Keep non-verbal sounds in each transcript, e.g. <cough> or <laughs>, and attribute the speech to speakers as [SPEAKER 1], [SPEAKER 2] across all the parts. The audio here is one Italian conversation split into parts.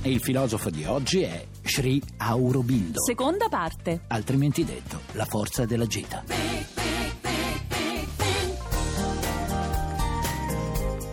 [SPEAKER 1] E il filosofo di oggi è Sri Aurobindo,
[SPEAKER 2] Seconda parte.
[SPEAKER 1] altrimenti detto la forza della gita. Eh,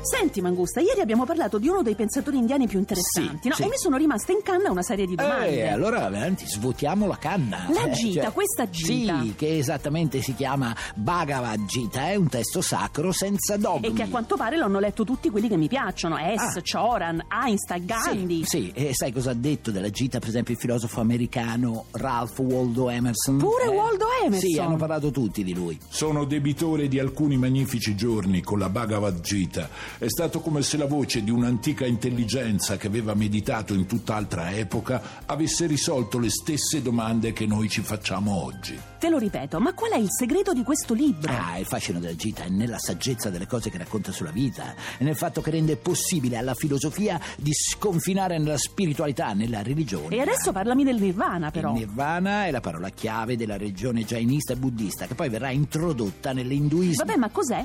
[SPEAKER 2] Senti Mangusta, ieri abbiamo parlato di uno dei pensatori indiani più interessanti,
[SPEAKER 1] Sì,
[SPEAKER 2] no?
[SPEAKER 1] sì.
[SPEAKER 2] E mi sono rimasta in canna una serie di domande.
[SPEAKER 1] E allora avanti, svuotiamo la canna.
[SPEAKER 2] La
[SPEAKER 1] Eh,
[SPEAKER 2] gita, questa gita.
[SPEAKER 1] Sì, che esattamente si chiama Bhagavad Gita, è un testo sacro senza dogmi.
[SPEAKER 2] E che a quanto pare l'hanno letto tutti quelli che mi piacciono, S,
[SPEAKER 1] Ah.
[SPEAKER 2] Choran, Einstein, Gandhi.
[SPEAKER 1] Sì, sì, e sai cosa ha detto della gita, per esempio, il filosofo americano Ralph Waldo Emerson? Eh?
[SPEAKER 2] Pure Waldo Emerson.
[SPEAKER 1] Sì, hanno parlato tutti di lui.
[SPEAKER 3] Sono debitore di alcuni magnifici giorni con la Bhagavad Gita. È stato come se la voce di un'antica intelligenza che aveva meditato in tutt'altra epoca avesse risolto le stesse domande che noi ci facciamo oggi.
[SPEAKER 2] Te lo ripeto, ma qual è il segreto di questo libro?
[SPEAKER 1] Ah, il fascino della gita è nella saggezza delle cose che racconta sulla vita, e nel fatto che rende possibile alla filosofia di sconfinare nella spiritualità, nella religione.
[SPEAKER 2] E adesso parlami del Nirvana, però.
[SPEAKER 1] ah. Il nirvana è la parola chiave della religione jainista e buddista, che poi verrà introdotta nell'induismo.
[SPEAKER 2] Vabbè, ma cos'è?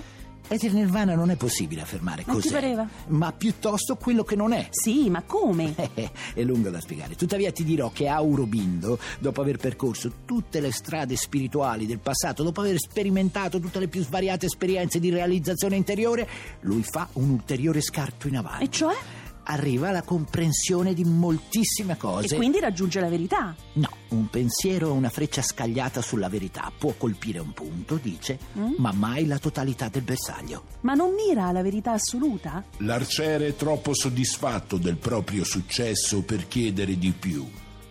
[SPEAKER 1] E il nirvana non è possibile affermare
[SPEAKER 2] Non ti
[SPEAKER 1] cos'è,
[SPEAKER 2] pareva?
[SPEAKER 1] ma piuttosto quello che non è.
[SPEAKER 2] Sì, ma come?
[SPEAKER 1] Eh, <laughs> è lungo da spiegare. Tuttavia ti dirò che Aurobindo, dopo aver percorso tutte le strade spirituali del passato, dopo aver sperimentato tutte le più svariate esperienze di realizzazione interiore, lui fa un ulteriore scarto in avanti.
[SPEAKER 2] E cioè?
[SPEAKER 1] Arriva alla comprensione di moltissime cose.
[SPEAKER 2] E quindi raggiunge la verità.
[SPEAKER 1] No, un pensiero è una freccia scagliata sulla verità. Può colpire un punto, dice,
[SPEAKER 2] Mm?
[SPEAKER 1] ma mai la totalità del bersaglio.
[SPEAKER 2] Ma non mira alla verità assoluta?
[SPEAKER 3] L'arciere è troppo soddisfatto del proprio successo per chiedere di più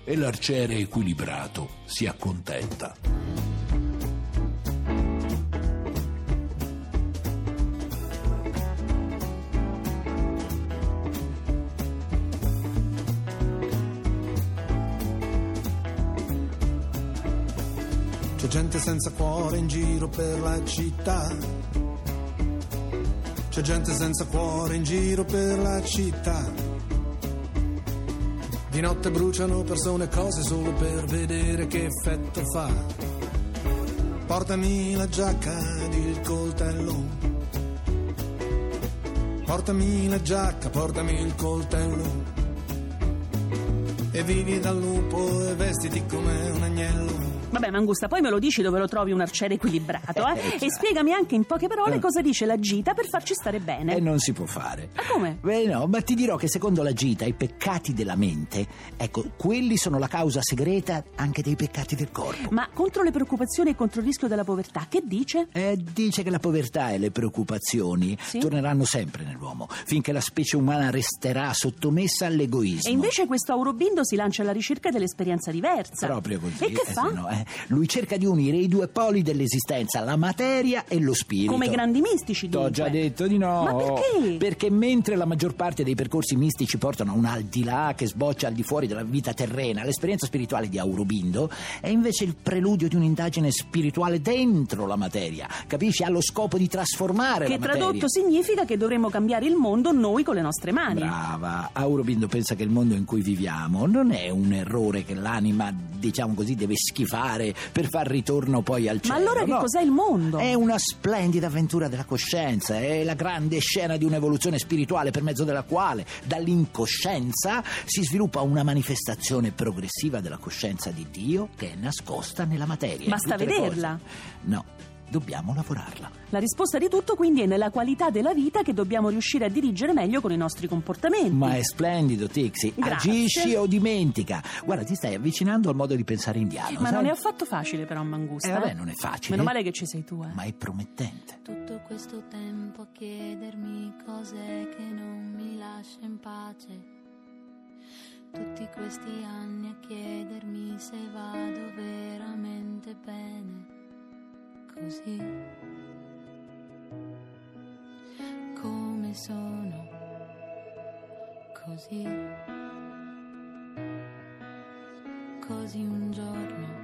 [SPEAKER 3] e l'arciere equilibrato si accontenta.
[SPEAKER 4] C'è gente senza cuore in giro per la città. C'è gente senza cuore in giro per la città. Di notte bruciano persone e cose solo per vedere che effetto fa. Portami la giacca ed il coltello. Portami la giacca, portami il coltello. E vivi dal lupo e vestiti come un agnello.
[SPEAKER 2] Vabbè, Mangusta, poi me lo dici dove lo trovi un arciere equilibrato,
[SPEAKER 1] <laughs>
[SPEAKER 2] eh?
[SPEAKER 1] Eh, già.
[SPEAKER 2] e spiegami anche in poche parole
[SPEAKER 1] Eh.
[SPEAKER 2] cosa dice la gita per farci stare bene.
[SPEAKER 1] E Eh, non si può fare.
[SPEAKER 2] Ma come?
[SPEAKER 1] Beh no, ma ti dirò che secondo la gita i peccati della mente, ecco, quelli sono la causa segreta anche dei peccati del corpo.
[SPEAKER 2] Ma contro le preoccupazioni e contro il rischio della povertà, che dice?
[SPEAKER 1] Eh, dice che la povertà e le preoccupazioni
[SPEAKER 2] Sì?
[SPEAKER 1] torneranno sempre nell'uomo, finché la specie umana resterà sottomessa all'egoismo.
[SPEAKER 2] E invece questo Aurobindo si lancia alla ricerca dell'esperienza diversa.
[SPEAKER 1] Proprio così.
[SPEAKER 2] E che
[SPEAKER 1] eh,
[SPEAKER 2] fa?
[SPEAKER 1] se no, eh. Lui cerca di unire i due poli dell'esistenza, la materia e lo spirito.
[SPEAKER 2] Come i grandi mistici,
[SPEAKER 1] T'ho
[SPEAKER 2] dunque.
[SPEAKER 1] già detto di no.
[SPEAKER 2] Ma perché?
[SPEAKER 1] Perché mentre la maggior parte dei percorsi mistici portano a un al di là che sboccia al di fuori della vita terrena, l'esperienza spirituale di Aurobindo è invece il preludio di un'indagine spirituale dentro la materia. Capisci? Ha lo scopo di trasformare
[SPEAKER 2] Che
[SPEAKER 1] la materia.
[SPEAKER 2] tradotto significa che dovremmo cambiare il mondo noi con le nostre mani.
[SPEAKER 1] Brava, Aurobindo pensa che il mondo in cui viviamo non è un errore che l'anima, diciamo così, deve schifare per far ritorno poi al
[SPEAKER 2] Ma
[SPEAKER 1] cielo.
[SPEAKER 2] allora che
[SPEAKER 1] Cioè, no?
[SPEAKER 2] cos'è il mondo?
[SPEAKER 1] È una splendida avventura della coscienza, è la grande scena di un'evoluzione spirituale per mezzo della quale dall'incoscienza si sviluppa una manifestazione progressiva della coscienza di Dio che è nascosta nella materia. in
[SPEAKER 2] Basta
[SPEAKER 1] tutte le cose.
[SPEAKER 2] vederla.
[SPEAKER 1] No, dobbiamo lavorarla.
[SPEAKER 2] La risposta di tutto quindi è nella qualità della vita che dobbiamo riuscire a dirigere meglio con i nostri comportamenti.
[SPEAKER 1] Ma è splendido, Tixi.
[SPEAKER 2] Grazie.
[SPEAKER 1] Agisci o dimentica. Guarda, ti stai avvicinando al modo di pensare indiano.
[SPEAKER 2] Ma
[SPEAKER 1] sai?
[SPEAKER 2] non è affatto facile però Mangusta.
[SPEAKER 1] Eh,
[SPEAKER 2] eh.
[SPEAKER 1] vabbè, non è facile.
[SPEAKER 2] Meno male che ci sei tu, eh.
[SPEAKER 1] Ma è promettente.
[SPEAKER 5] Tutto questo tempo a chiedermi cose che non mi lascia in pace. Tutti questi anni a chiedermi se vado veramente bene. Così. come sono così. Così un giorno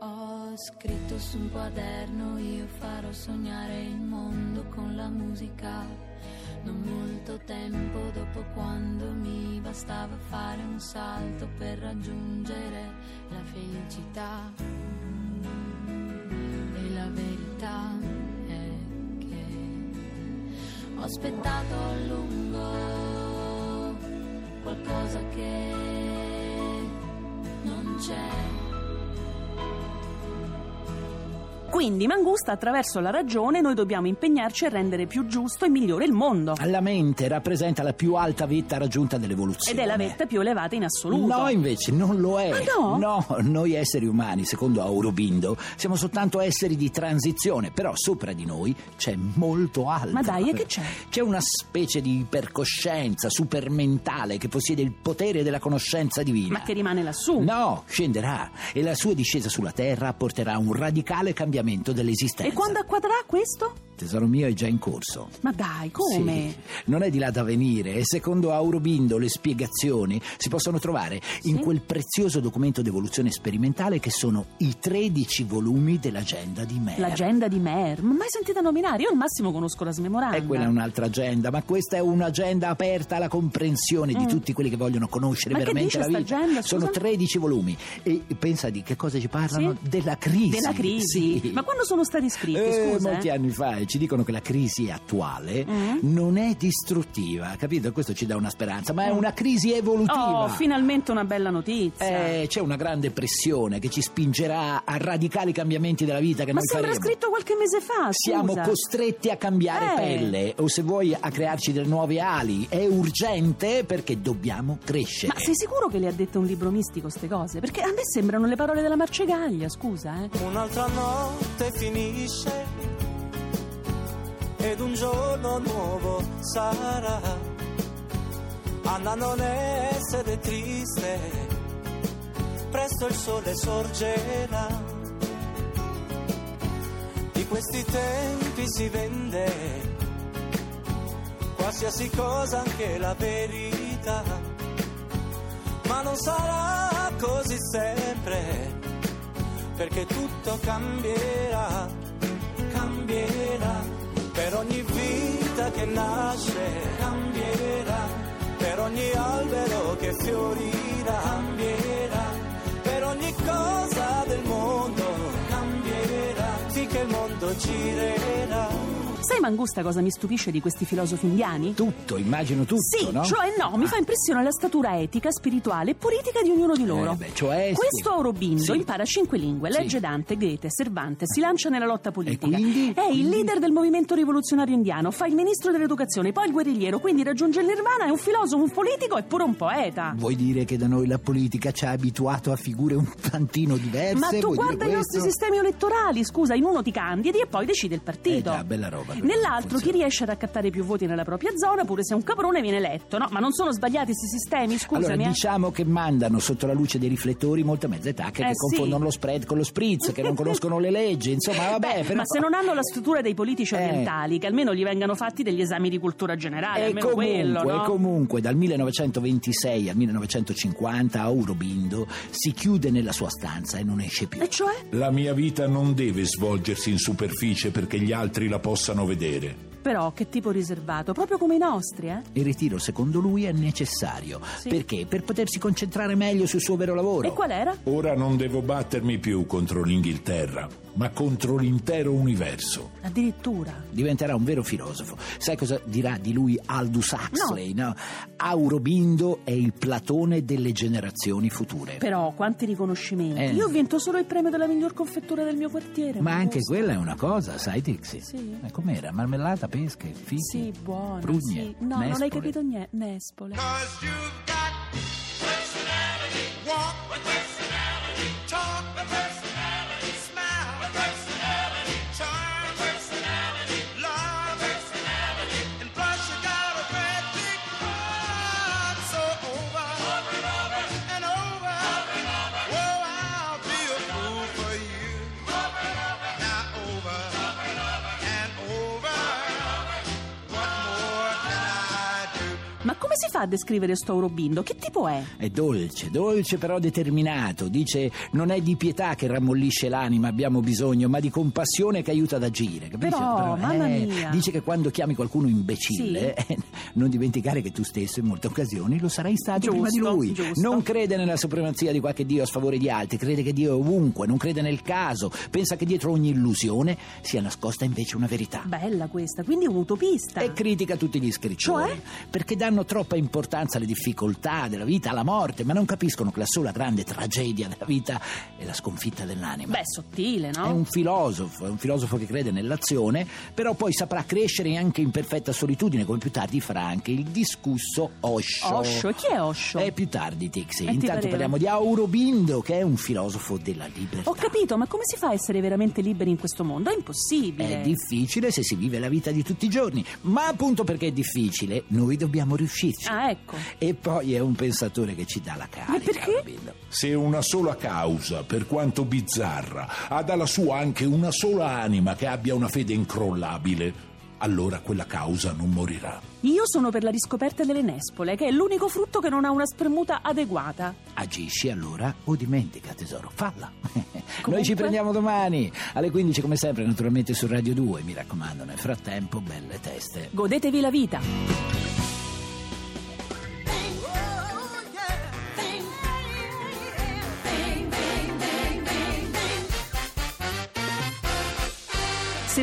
[SPEAKER 5] ho scritto su un quaderno io farò sognare il mondo con la musica. Non molto tempo dopo quando mi bastava fare un salto per raggiungere la felicità. E la verità è che ho aspettato a lungo qualcosa che non c'è.
[SPEAKER 2] Quindi, Mangusta, attraverso la ragione, noi dobbiamo impegnarci a rendere più giusto e migliore il mondo.
[SPEAKER 1] La mente rappresenta la più alta vetta raggiunta
[SPEAKER 2] Ed
[SPEAKER 1] dell'evoluzione.
[SPEAKER 2] è la vetta più elevata in assoluto.
[SPEAKER 1] No, invece, non lo è.
[SPEAKER 2] Ah, no?
[SPEAKER 1] noi esseri umani, secondo Aurobindo, siamo soltanto esseri di transizione, però sopra di noi c'è molto altro.
[SPEAKER 2] Ma dai, e che c'è?
[SPEAKER 1] C'è una specie di ipercoscienza supermentale che possiede il potere della conoscenza divina.
[SPEAKER 2] Ma che rimane lassù.
[SPEAKER 1] No, scenderà e la sua discesa sulla Terra porterà a un radicale cambiamento dell'esistenza.
[SPEAKER 2] e quando accadrà questo?
[SPEAKER 1] Tesoro mio è già in corso.
[SPEAKER 2] Ma dai, come?
[SPEAKER 1] Sì, eh. non è di là da venire e secondo Aurobindo le spiegazioni si possono trovare in
[SPEAKER 2] Sì.
[SPEAKER 1] quel prezioso documento d'evoluzione sperimentale che sono i 13 volumi dell'agenda di Mer.
[SPEAKER 2] L'agenda di Mer, ma mai sentita nominare? Io al massimo conosco la smemoranda.
[SPEAKER 1] E Eh, quella è un'altra agenda, ma questa è un'agenda aperta alla comprensione di
[SPEAKER 2] Mm.
[SPEAKER 1] tutti quelli che vogliono conoscere
[SPEAKER 2] Ma che
[SPEAKER 1] veramente
[SPEAKER 2] dice
[SPEAKER 1] la
[SPEAKER 2] sta
[SPEAKER 1] vita.
[SPEAKER 2] agenda, scusa?
[SPEAKER 1] sono 13 volumi e pensa di che cosa ci parlano?
[SPEAKER 2] Sì?
[SPEAKER 1] Della crisi.
[SPEAKER 2] Della crisi.
[SPEAKER 1] Sì.
[SPEAKER 2] Ma quando sono stati scritti,
[SPEAKER 1] Eh,
[SPEAKER 2] scusa?
[SPEAKER 1] molti
[SPEAKER 2] eh?
[SPEAKER 1] anni fa e ci dicono che la crisi attuale
[SPEAKER 2] Mm.
[SPEAKER 1] non è distruttiva, capito? Questo ci dà una speranza, ma è
[SPEAKER 2] Mm.
[SPEAKER 1] una crisi evolutiva.
[SPEAKER 2] Oh, finalmente una bella notizia.
[SPEAKER 1] Eh, c'è una grande pressione che ci spingerà a radicali cambiamenti della vita che
[SPEAKER 2] ma
[SPEAKER 1] noi
[SPEAKER 2] sembra
[SPEAKER 1] faremo.
[SPEAKER 2] scritto qualche mese fa,
[SPEAKER 1] Siamo
[SPEAKER 2] scusa.
[SPEAKER 1] costretti a cambiare
[SPEAKER 2] Eh.
[SPEAKER 1] pelle o se vuoi a crearci delle nuove ali. È urgente perché dobbiamo crescere.
[SPEAKER 2] Ma sei sicuro che le ha dette un libro mistico ste cose? Perché a me sembrano le parole della Marcegaglia, scusa, eh.
[SPEAKER 6] Un'altra notte finisce ed un giorno nuovo sarà. Anna non essere triste, presto il sole sorgerà. Di questi tempi si vende qualsiasi cosa, anche la verità. Ma non sarà così sempre perché tutto cambierà, cambierà, per ogni vita che nasce, cambierà, per ogni albero che fiorirà, cambierà, per ogni cosa del mondo, cambierà, finché il mondo girerà.
[SPEAKER 2] Sai Mangusta cosa mi stupisce di questi filosofi indiani?
[SPEAKER 1] Tutto, immagino tutto,
[SPEAKER 2] sì,
[SPEAKER 1] no? Ah.
[SPEAKER 2] cioè no, mi fa impressione la statura etica, spirituale e politica di ognuno di loro.
[SPEAKER 1] Eh, beh, cioè,
[SPEAKER 2] Questo
[SPEAKER 1] sì.
[SPEAKER 2] Aurobindo
[SPEAKER 1] Sì.
[SPEAKER 2] impara cinque lingue,
[SPEAKER 1] Sì.
[SPEAKER 2] legge Dante, Goethe, Cervantes, si lancia nella lotta politica.
[SPEAKER 1] quindi?
[SPEAKER 2] È il
[SPEAKER 1] Quindi?
[SPEAKER 2] leader del movimento rivoluzionario indiano, fa il ministro dell'educazione, poi il guerrigliero, quindi raggiunge il nirvana, è un filosofo, un politico e pure un poeta.
[SPEAKER 1] Ah, Vuoi dire che da noi la politica ci ha abituato a figure un tantino diverse?
[SPEAKER 2] Ma tu
[SPEAKER 1] Eh, Vuoi dire
[SPEAKER 2] guarda i nostri
[SPEAKER 1] questo?
[SPEAKER 2] sistemi elettorali, scusa, in uno ti candidi e poi decide il partito.
[SPEAKER 1] Eh già, bella roba. però,
[SPEAKER 2] Nell'altro chi
[SPEAKER 1] funziona.
[SPEAKER 2] riesce ad accattare più voti nella propria zona, pure se è un caprone, viene eletto, no? Ma non sono sbagliati questi sistemi, scusami.
[SPEAKER 1] Allora
[SPEAKER 2] eh.
[SPEAKER 1] diciamo che mandano sotto la luce dei riflettori molta mezza età che,
[SPEAKER 2] Eh,
[SPEAKER 1] che
[SPEAKER 2] sì.
[SPEAKER 1] confondono lo spread con lo spritz, che non conoscono le leggi, insomma vabbè.
[SPEAKER 2] Beh,
[SPEAKER 1] però-
[SPEAKER 2] Ma se non hanno la struttura dei politici
[SPEAKER 1] Eh.
[SPEAKER 2] orientali, che almeno gli vengano fatti degli esami di cultura generale,
[SPEAKER 1] E
[SPEAKER 2] almeno
[SPEAKER 1] comunque,
[SPEAKER 2] quello, no?
[SPEAKER 1] e comunque dal 1926 al 1950 Aurobindo si chiude nella sua stanza e non esce più.
[SPEAKER 2] E cioè?
[SPEAKER 3] La mia vita non deve svolgersi in superficie perché gli altri la possano vedere.
[SPEAKER 2] Però che tipo riservato, proprio come i nostri, eh?
[SPEAKER 1] Il ritiro secondo lui è necessario.
[SPEAKER 2] Sì.
[SPEAKER 1] Perché? Per potersi concentrare meglio sul suo vero lavoro.
[SPEAKER 2] E qual era?
[SPEAKER 3] Ora non devo battermi più contro l'Inghilterra, ma contro l'intero universo.
[SPEAKER 2] Addirittura.
[SPEAKER 1] Diventerà un vero filosofo. Sai cosa dirà di lui Aldous Huxley? no? Aurobindo è il Platone delle generazioni future.
[SPEAKER 2] Però quanti riconoscimenti.
[SPEAKER 1] Eh.
[SPEAKER 2] Io ho vinto solo il premio della miglior confettura del mio quartiere.
[SPEAKER 1] Ma anche
[SPEAKER 2] questo.
[SPEAKER 1] quella è una cosa, sai Dixie?
[SPEAKER 2] Sì.
[SPEAKER 1] Eh, com'era? Marmellata, pesche, fichi,
[SPEAKER 2] Sì, buono.
[SPEAKER 1] prugne,
[SPEAKER 2] sì. No, non
[SPEAKER 1] nespole.
[SPEAKER 2] hai capito niente. Nespole.
[SPEAKER 7] Cause you've got personality. Walk with personality. Talk with personality. Smile with personality. Charm personality. Love personality. And plus you got a great big heart. So over, and over and over. Whoa, I'll be a fool for you. Now over and over. What more
[SPEAKER 2] fa a descrivere sto Aurobindo? Che tipo è?
[SPEAKER 1] È dolce, dolce però determinato. Dice: Non è di pietà che rammollisce l'anima, abbiamo bisogno, ma di compassione che aiuta ad agire. Capisci?
[SPEAKER 2] Però, mamma mia.
[SPEAKER 1] eh, Dice che quando chiami qualcuno imbecille, eh, <laughs> non dimenticare che tu stesso in molte occasioni lo sarai stato
[SPEAKER 2] Giusto,
[SPEAKER 1] prima di lui.
[SPEAKER 2] giusto.
[SPEAKER 1] Non crede nella supremazia di qualche dio a sfavore di altri, crede che Dio è ovunque, non crede nel caso, pensa che dietro ogni illusione sia nascosta invece una verità.
[SPEAKER 2] Bella questa, quindi è un utopista.
[SPEAKER 1] E critica tutti gli scrittori.
[SPEAKER 2] Cioè?
[SPEAKER 1] Perché danno troppa importanza alle difficoltà della vita, alla morte, ma non capiscono che la sola grande tragedia della vita è la sconfitta dell'anima.
[SPEAKER 2] Beh, sottile, no?
[SPEAKER 1] È un filosofo, è un filosofo che crede nell'azione, però poi saprà crescere anche in perfetta solitudine, come più tardi farà anche il discusso Osho.
[SPEAKER 2] Osho, chi è Osho?
[SPEAKER 1] È più tardi, Tixi.
[SPEAKER 2] Eh, ti
[SPEAKER 1] Intanto
[SPEAKER 2] pareva.
[SPEAKER 1] parliamo di Aurobindo, che è un filosofo della libertà.
[SPEAKER 2] Ho capito, ma come si fa a essere veramente liberi in questo mondo? È impossibile.
[SPEAKER 1] È difficile se si vive la vita di tutti i giorni, ma appunto perché è difficile, noi dobbiamo riuscirci.
[SPEAKER 2] Ah, ecco.
[SPEAKER 1] E poi è un pensatore che ci dà la carica.
[SPEAKER 2] perché?
[SPEAKER 1] Aurobindo.
[SPEAKER 3] Se una sola causa, per quanto bizzarra, ha dalla sua anche una sola anima che abbia una fede incrollabile, allora quella causa non morirà.
[SPEAKER 2] Io sono per la riscoperta delle nespole, che è l'unico frutto che non ha una spermuta adeguata.
[SPEAKER 1] Agisci allora o dimentica, tesoro, falla. <laughs> Noi
[SPEAKER 2] Comunque-
[SPEAKER 1] ci prendiamo domani alle 15 come sempre, naturalmente su Radio 2, mi raccomando, nel frattempo belle teste.
[SPEAKER 2] Godetevi la vita. Se